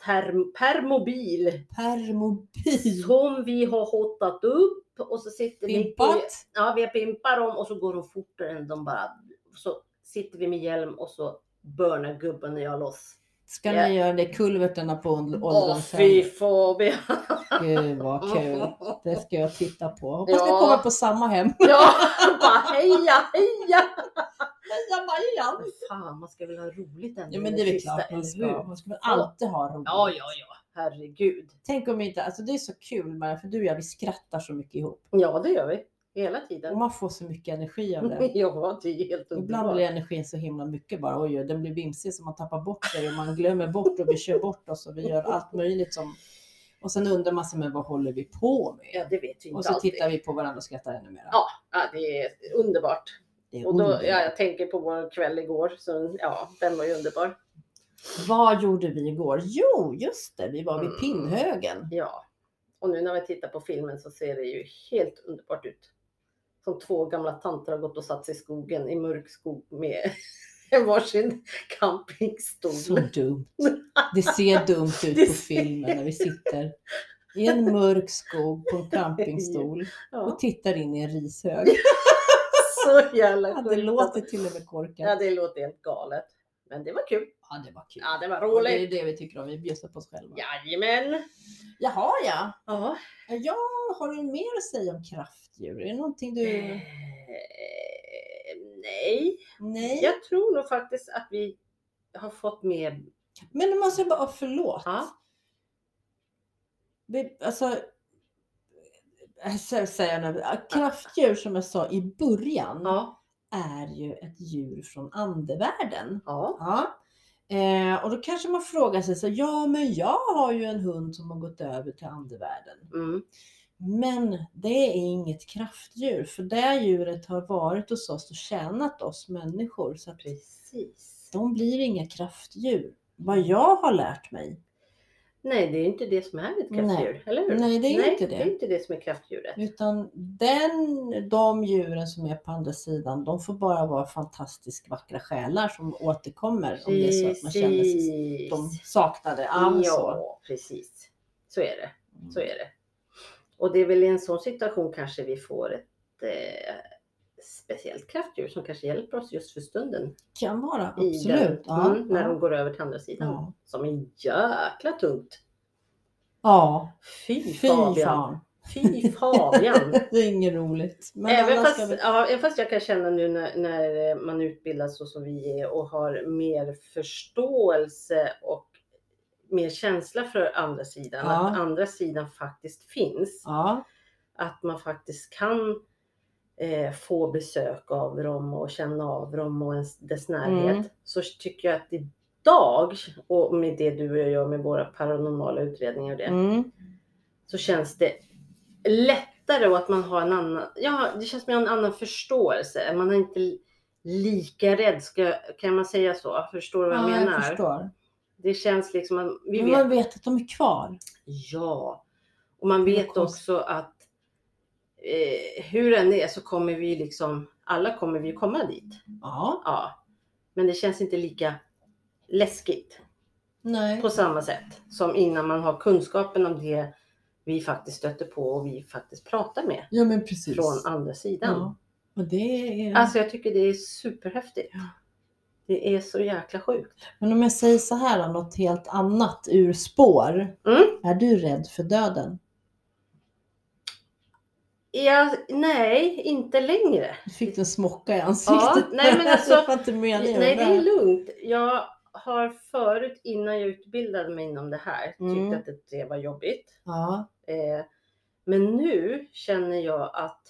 Speaker 2: här, term, permobil.
Speaker 1: Permobil.
Speaker 2: Som vi har hotat upp och så sitter vi,
Speaker 1: Pimpat.
Speaker 2: ja vi pimpar dem och så går de fortare än de bara, så sitter vi med hjälm och så börnar gubben och jag loss.
Speaker 1: Ska
Speaker 2: Ja.
Speaker 1: ni göra det i kulverterna på åld-
Speaker 2: Åh fy
Speaker 1: ålderdomshemmet?
Speaker 2: Fabian!
Speaker 1: Gud vad kul. Det ska jag titta på. Hoppas vi
Speaker 2: Ja.
Speaker 1: kommer på samma hem.
Speaker 2: Ja, bara heja, heja! Men fan, man ska väl ha roligt ändå.
Speaker 1: Ja men
Speaker 2: med
Speaker 1: det är väl
Speaker 2: sista,
Speaker 1: klart man
Speaker 2: eller
Speaker 1: ska.
Speaker 2: hur?
Speaker 1: Man ska väl alltid ha roligt.
Speaker 2: Ja, ja, ja. Herregud.
Speaker 1: Tänk om vi inte, alltså det är så kul Maria, för du och jag vi skrattar så mycket ihop.
Speaker 2: Ja, det gör vi. Hela
Speaker 1: Och
Speaker 2: tiden.
Speaker 1: man får så mycket energi av det.
Speaker 2: Ja, det är ju helt
Speaker 1: Ibland blir
Speaker 2: underbart.
Speaker 1: energin så himla mycket bara, oj, den blir vimsig så man tappar bort sig och man glömmer bort och vi kör bort oss och vi gör allt möjligt som... Och sen undrar man sig, men vad håller vi på med?
Speaker 2: Ja, det vet vi inte
Speaker 1: Och så
Speaker 2: alltid.
Speaker 1: tittar vi på varandra och skrattar ännu mer.
Speaker 2: Ja. Ja, det är underbart.
Speaker 1: Det är
Speaker 2: Och då,
Speaker 1: underbart.
Speaker 2: ja, jag tänker på vår kväll igår. Så, ja, den var ju underbar.
Speaker 1: Vad gjorde vi igår? Jo, just det, vi var vid
Speaker 2: Mm.
Speaker 1: pinnhögen.
Speaker 2: Ja. Och nu när vi tittar på filmen så ser det ju helt underbart ut. Som två gamla tanter har gått och satt sig i skogen, i mörk skog med varsin
Speaker 1: Så
Speaker 2: campingstol.
Speaker 1: dumt. Det ser dumt
Speaker 2: Det
Speaker 1: ut på
Speaker 2: ser-
Speaker 1: filmen när vi sitter i en mörk skog på en campingstol.
Speaker 2: Ja,
Speaker 1: och tittar in i en rishög.
Speaker 2: så jävla
Speaker 1: Ja,
Speaker 2: sjukt.
Speaker 1: det
Speaker 2: alltså.
Speaker 1: låter till och med
Speaker 2: Ja,
Speaker 1: korkat.
Speaker 2: det låter helt galet. Men det var kul.
Speaker 1: Ja, det var kul.
Speaker 2: Ja, det var
Speaker 1: Och Det är
Speaker 2: roligt.
Speaker 1: det vi tycker om, vi bjussar på oss själva.
Speaker 2: Jajamän.
Speaker 1: Jaha ja,
Speaker 2: Ja.
Speaker 1: ja har du mer att säga om kraftdjur? Är det någonting du...
Speaker 2: Eh, nej,
Speaker 1: Nej?
Speaker 2: jag tror nog faktiskt att vi har fått Mm. med.
Speaker 1: Men då måste jag bara, förlåt.
Speaker 2: Ja.
Speaker 1: Vi, alltså, eh, så säger jag nu, kraftdjur som jag sa i början
Speaker 2: Ja.
Speaker 1: är ju ett djur från andevärlden.
Speaker 2: ja.
Speaker 1: Ja. Eh, och då kanske man frågar sig så här, ja men jag har ju en hund som har gått över till andevärlden.
Speaker 2: Mm.
Speaker 1: Men det är inget kraftdjur för det djuret har varit hos oss och tjänat oss människor. Så att
Speaker 2: Precis.
Speaker 1: de blir inga kraftdjur. Vad jag har lärt mig.
Speaker 2: Nej, det är ju inte det som är ett
Speaker 1: Nej.
Speaker 2: kraftdjur, eller hur?
Speaker 1: Nej, det är
Speaker 2: nej,
Speaker 1: inte
Speaker 2: det är
Speaker 1: det.
Speaker 2: inte det som är kraftdjuret.
Speaker 1: Utan den, de djuren som är på andra sidan, de får bara vara fantastiskt vackra själar som återkommer om det är så att man känner sig
Speaker 2: Precis.
Speaker 1: de saknade. Mm. Ja, men så.
Speaker 2: Ja, precis. Så är det. Så är det. Och det är väl i en sån situation kanske vi får ett eh, speciellt kraftdjur som kanske hjälper oss just för stunden.
Speaker 1: Kan vara,
Speaker 2: i den.
Speaker 1: absolut. Ja,
Speaker 2: mm, när de
Speaker 1: ja,
Speaker 2: går över till andra sidan.
Speaker 1: ja.
Speaker 2: Som är jäkla tungt.
Speaker 1: ja.
Speaker 2: Fy,
Speaker 1: fy
Speaker 2: Fabian.
Speaker 1: fan.
Speaker 2: Fy Fabian.
Speaker 1: Det är inget roligt. Men
Speaker 2: Även
Speaker 1: annars
Speaker 2: fast,
Speaker 1: ska vi-
Speaker 2: ja, även fast jag kan känna nu när, när eh, man utbildas så som vi är och har mer förståelse och mer känsla för andra sidan.
Speaker 1: Ja.
Speaker 2: Att andra sidan faktiskt finns.
Speaker 1: Ja,
Speaker 2: Att man faktiskt kan eh, få besök av dem och känna av dem och ens, dess närhet.
Speaker 1: Mm.
Speaker 2: Så tycker jag att idag, och med det du och jag gör med våra paranormala utredningar och det
Speaker 1: mm.
Speaker 2: så känns det lättare och att man har en annan, ja det känns som jag har en annan förståelse. Man är inte lika rädd, ska, kan man säga så? Förstår du vad jag
Speaker 1: ja
Speaker 2: menar?
Speaker 1: jag förstår.
Speaker 2: Det känns liksom att vi
Speaker 1: Men
Speaker 2: vet,
Speaker 1: man vet att de är kvar.
Speaker 2: ja. Och man
Speaker 1: Det är
Speaker 2: vet
Speaker 1: konstigt.
Speaker 2: också att eh, hur den är så kommer vi liksom, alla kommer vi komma dit.
Speaker 1: Ja,
Speaker 2: Ja. Men det känns inte lika läskigt
Speaker 1: nej.
Speaker 2: på samma sätt som innan man har kunskapen om det vi faktiskt stöter på och vi faktiskt pratar med
Speaker 1: Ja, men precis.
Speaker 2: från andra sidan.
Speaker 1: ja. Och det är...
Speaker 2: Alltså jag tycker det är superhäftigt.
Speaker 1: Ja.
Speaker 2: Det är så jäkla sjukt.
Speaker 1: Men om jag säger så här då, något helt annat ur spår.
Speaker 2: Mm.
Speaker 1: Är du rädd för döden?
Speaker 2: Ja, nej, inte längre.
Speaker 1: Du fick en smocka i ansiktet.
Speaker 2: nej, men alltså-
Speaker 1: det var inte meningen.
Speaker 2: Nej, det är lugnt. Jag har förut, innan jag utbildade mig inom det här, tyckt
Speaker 1: Mm.
Speaker 2: att det, det var jobbigt.
Speaker 1: Ja,
Speaker 2: Eh, men nu känner jag att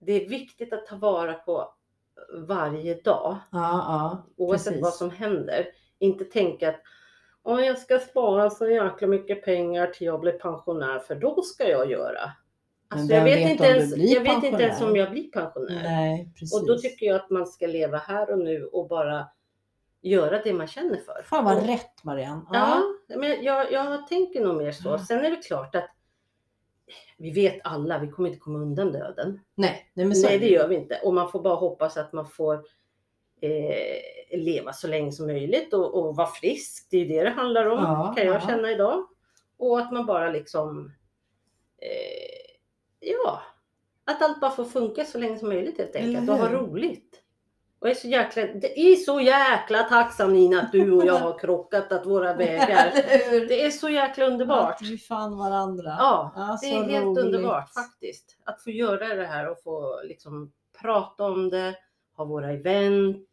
Speaker 2: det är viktigt att ta vara på varje dag.
Speaker 1: ja, ja.
Speaker 2: Oavsett
Speaker 1: Precis.
Speaker 2: vad som händer. Inte tänka att om jag ska spara så jäkla mycket pengar till jag blir pensionär för då ska jag göra.
Speaker 1: Men
Speaker 2: Alltså, jag
Speaker 1: vem
Speaker 2: vet,
Speaker 1: vet
Speaker 2: inte
Speaker 1: om du
Speaker 2: ens,
Speaker 1: blir
Speaker 2: jag vet inte ens
Speaker 1: pensionär?
Speaker 2: om jag blir pensionär.
Speaker 1: Nej, precis.
Speaker 2: och då tycker jag att man ska leva här och nu och bara göra det man känner för.
Speaker 1: Fan vad
Speaker 2: Och-
Speaker 1: rätt Marianne.
Speaker 2: Ja, men jag, jag tänker nog mer så.
Speaker 1: Ja.
Speaker 2: Sen är det klart att vi vet alla, vi kommer inte komma undan döden.
Speaker 1: Nej, nej men så
Speaker 2: Nej,
Speaker 1: är
Speaker 2: det gör vi inte. Och man får bara hoppas att man får eh, leva så länge som möjligt och, och vara frisk. Det är ju det det handlar om,
Speaker 1: Ja,
Speaker 2: kan jag
Speaker 1: ja.
Speaker 2: känna idag. Och att man bara liksom, eh, ja, att allt bara får funka så länge som möjligt helt
Speaker 1: Eller
Speaker 2: enkelt och ha
Speaker 1: hur?
Speaker 2: roligt. Och jag är så jäkla, det är så jäkla tacksam Nina att du och jag har krockat, att våra vägar, det är så jäkla underbart.
Speaker 1: Att vi fann varandra.
Speaker 2: Ja,
Speaker 1: så
Speaker 2: Det är helt
Speaker 1: Alltså, roligt.
Speaker 2: underbart faktiskt. Att få göra det här och få liksom prata om det, ha våra event,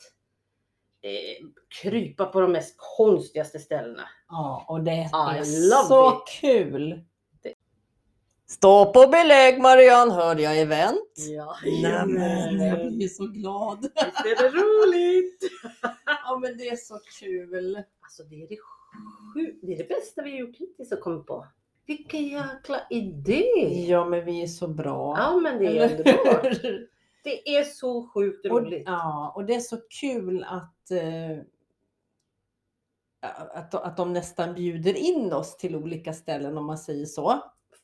Speaker 2: eh, krypa på de mest konstigaste ställena.
Speaker 1: Ja, och det
Speaker 2: I
Speaker 1: är
Speaker 2: Ah, love
Speaker 1: så
Speaker 2: it.
Speaker 1: kul. Stå på belägg Marianne, hörde jag event.
Speaker 2: Ja,
Speaker 1: Nämen, jag blir så glad.
Speaker 2: Visst är det roligt?
Speaker 1: Ja, men det är så kul.
Speaker 2: Alltså det är det, sju, det är det bästa vi gjort hittills och kommit på. Vilken jäkla idé!
Speaker 1: Ja, men vi är så bra.
Speaker 2: Ja men det är
Speaker 1: Eller
Speaker 2: underbart.
Speaker 1: hur?
Speaker 2: Det är så sjukt
Speaker 1: Och,
Speaker 2: roligt.
Speaker 1: ja, och det är så kul att, eh, att, att de nästan bjuder in oss till olika ställen om man säger så.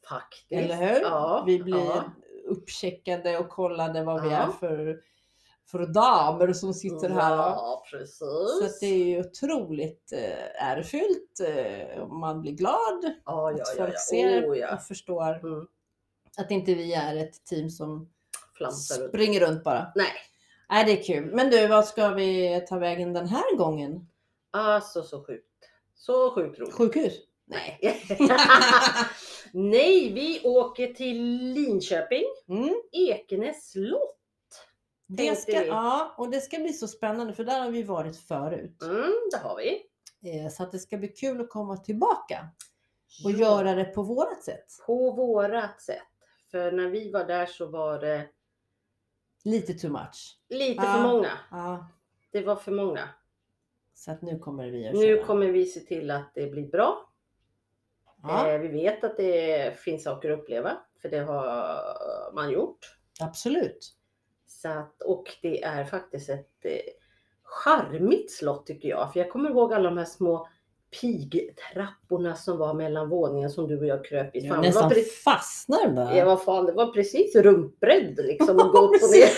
Speaker 2: Faktiskt.
Speaker 1: Eller hur?
Speaker 2: Ja,
Speaker 1: vi blir
Speaker 2: ja.
Speaker 1: uppcheckade och kollade vad vi
Speaker 2: Ja.
Speaker 1: är för, för damer som sitter här.
Speaker 2: Ja precis.
Speaker 1: Så att det är ju otroligt eh, ärofyllt. eh, och Man blir glad
Speaker 2: ja, ja,
Speaker 1: att
Speaker 2: ja,
Speaker 1: folk
Speaker 2: ja.
Speaker 1: ser
Speaker 2: Oh, ja.
Speaker 1: och förstår
Speaker 2: Mm.
Speaker 1: att inte vi är ett team som
Speaker 2: Flamsar ut.
Speaker 1: springer runt bara.
Speaker 2: Nej.
Speaker 1: Nej, det är kul. Men du, vad ska vi ta vägen den här gången?
Speaker 2: Alltså så sjukt. Så sjukt roligt.
Speaker 1: Sjukhus? Nej.
Speaker 2: Nej, vi åker till Linköping,
Speaker 1: Mm,
Speaker 2: Ekenäs slott.
Speaker 1: det
Speaker 2: Tänkte
Speaker 1: ska,
Speaker 2: vi.
Speaker 1: ja, och det ska bli så spännande för där har vi varit förut.
Speaker 2: Mm, det har vi. Mm.
Speaker 1: Eh, Så att det ska bli kul att komma tillbaka och göra det på vårat sätt.
Speaker 2: På vårat sätt. För när vi var där så var det
Speaker 1: Lite too much.
Speaker 2: lite
Speaker 1: Ja.
Speaker 2: för många.
Speaker 1: Ja,
Speaker 2: Det var för många.
Speaker 1: så att nu kommer vi att
Speaker 2: Nu
Speaker 1: köra.
Speaker 2: kommer vi se till att det blir bra.
Speaker 1: ja,
Speaker 2: Eh, vi vet att det finns saker att uppleva, för det har man gjort.
Speaker 1: absolut.
Speaker 2: Så att, och det är faktiskt ett eh, charmigt slott tycker jag. För jag kommer ihåg alla de här små pigtrapporna som var mellan våningen som du och jag kröp i.
Speaker 1: Jag
Speaker 2: Fan, det, var
Speaker 1: nästan
Speaker 2: precis,
Speaker 1: fastnar där.
Speaker 2: ja, vad fan, det var precis rumpbredd liksom att gå upp och ner.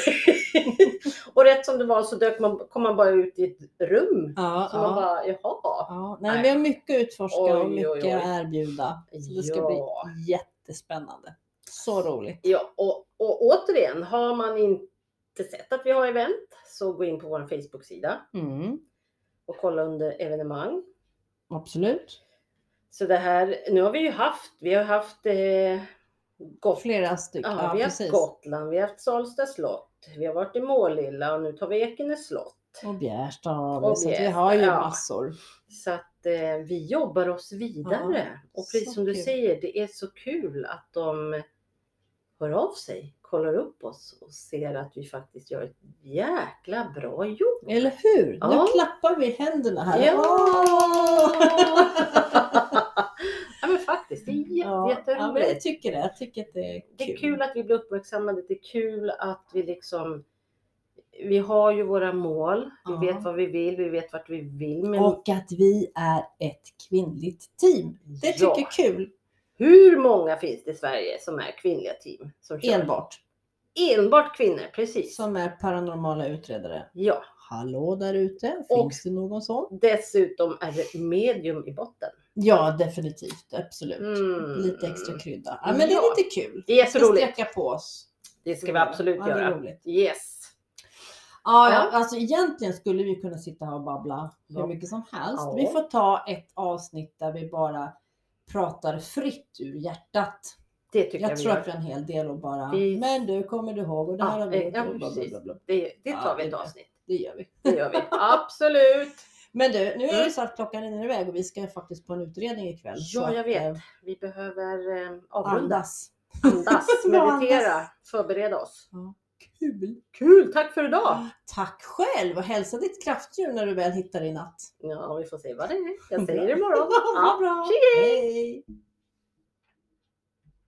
Speaker 2: och rätt som det var så dök man, kom man bara ut i ett rum.
Speaker 1: Ja,
Speaker 2: Så man
Speaker 1: ja,
Speaker 2: bara, jaha.
Speaker 1: ja. Nej,
Speaker 2: Nej.
Speaker 1: vi har mycket att utforska
Speaker 2: Oj,
Speaker 1: och
Speaker 2: oj,
Speaker 1: mycket
Speaker 2: oj.
Speaker 1: att erbjuda. Så det ska
Speaker 2: Ja.
Speaker 1: bli jättespännande. Så roligt.
Speaker 2: Ja, och, och återigen, har man inte sett att vi har event så gå in på vår Facebook-sida
Speaker 1: Mm,
Speaker 2: och kolla under evenemang.
Speaker 1: absolut.
Speaker 2: Så det här, nu har vi ju haft, vi har haft eh, Gotland,
Speaker 1: Flera stycken.
Speaker 2: ja, vi har haft Gotland, vi har haft Salsta slott, vi har varit i Målilla och nu tar vi Ekenäs slott.
Speaker 1: Och Bjärsta har
Speaker 2: Och
Speaker 1: vi. Så att vi
Speaker 2: Bjärsta,
Speaker 1: har ju
Speaker 2: ja.
Speaker 1: massor.
Speaker 2: Så att eh, vi jobbar oss vidare. och
Speaker 1: så
Speaker 2: precis som du
Speaker 1: kul.
Speaker 2: säger, det är så kul att de hör av sig, kollar upp oss och ser att vi faktiskt gör ett jäkla bra jobb.
Speaker 1: Eller hur?
Speaker 2: Ja.
Speaker 1: Nu klappar vi händerna här.
Speaker 2: Ja.
Speaker 1: Åh!
Speaker 2: ja men faktiskt, det är jätte,
Speaker 1: Ja, ja, men jag
Speaker 2: jätteroligt.
Speaker 1: tycker det. Jag tycker att det är kul.
Speaker 2: Det är kul att vi blir uppmärksammade, det är kul att vi liksom vi har ju våra mål, vi
Speaker 1: Ja.
Speaker 2: vet vad vi vill, vi vet vart vi vill. Men
Speaker 1: Och att vi är ett kvinnligt team. Det tycker
Speaker 2: ja,
Speaker 1: jag är kul.
Speaker 2: Hur många finns det i Sverige som är kvinnliga team? Som kör?
Speaker 1: Enbart.
Speaker 2: Enbart kvinnor, precis.
Speaker 1: Som är paranormala utredare.
Speaker 2: Ja,
Speaker 1: Hallå där ute. Finns
Speaker 2: Och-
Speaker 1: det någon sån?
Speaker 2: dessutom är det medium i botten.
Speaker 1: Ja, definitivt. Absolut.
Speaker 2: Mm.
Speaker 1: Lite extra krydda. Ja, men det
Speaker 2: Ja.
Speaker 1: är lite kul.
Speaker 2: Det är
Speaker 1: Vi
Speaker 2: så
Speaker 1: ska
Speaker 2: roligt.
Speaker 1: sträcka på oss.
Speaker 2: Det ska vi absolut
Speaker 1: ja, det är
Speaker 2: göra.
Speaker 1: roligt.
Speaker 2: Yes.
Speaker 1: Ja, ja.
Speaker 2: Ja.
Speaker 1: Alltså egentligen skulle vi kunna sitta här och babbla
Speaker 2: Ja.
Speaker 1: hur mycket som helst.
Speaker 2: Ja.
Speaker 1: Vi får ta ett avsnitt där vi bara pratar fritt ur hjärtat.
Speaker 2: Det tycker jag,
Speaker 1: Jag
Speaker 2: vi
Speaker 1: tror
Speaker 2: gör.
Speaker 1: att vi har en hel del och bara,
Speaker 2: Vi-
Speaker 1: men du kommer du ihåg och det
Speaker 2: Ja,
Speaker 1: här har vi
Speaker 2: eh,
Speaker 1: gjort.
Speaker 2: ja,
Speaker 1: och bla, bla,
Speaker 2: precis.
Speaker 1: bla, bla.
Speaker 2: Det, det
Speaker 1: Ja,
Speaker 2: tar vi
Speaker 1: det
Speaker 2: ett
Speaker 1: gör.
Speaker 2: avsnitt.
Speaker 1: Det gör vi.
Speaker 2: Det gör vi. Absolut.
Speaker 1: Men du, nu är
Speaker 2: Mm.
Speaker 1: det så att klockan rinner iväg och vi ska faktiskt på en utredning ikväll.
Speaker 2: Ja,
Speaker 1: så
Speaker 2: jag
Speaker 1: att,
Speaker 2: vet.
Speaker 1: eh,
Speaker 2: Vi behöver eh, avrunda,
Speaker 1: Andas.
Speaker 2: andas,
Speaker 1: Ja, andas.
Speaker 2: meditera, förbereda oss.
Speaker 1: Kul!
Speaker 2: Kul, tack för idag.
Speaker 1: Tack själv och hälsa ditt kraftdjur när du väl hittar i natt.
Speaker 2: Ja, vi får se vad det är. Jag säger det imorgon. Ja.
Speaker 1: bra!
Speaker 2: Tji,
Speaker 1: Hej!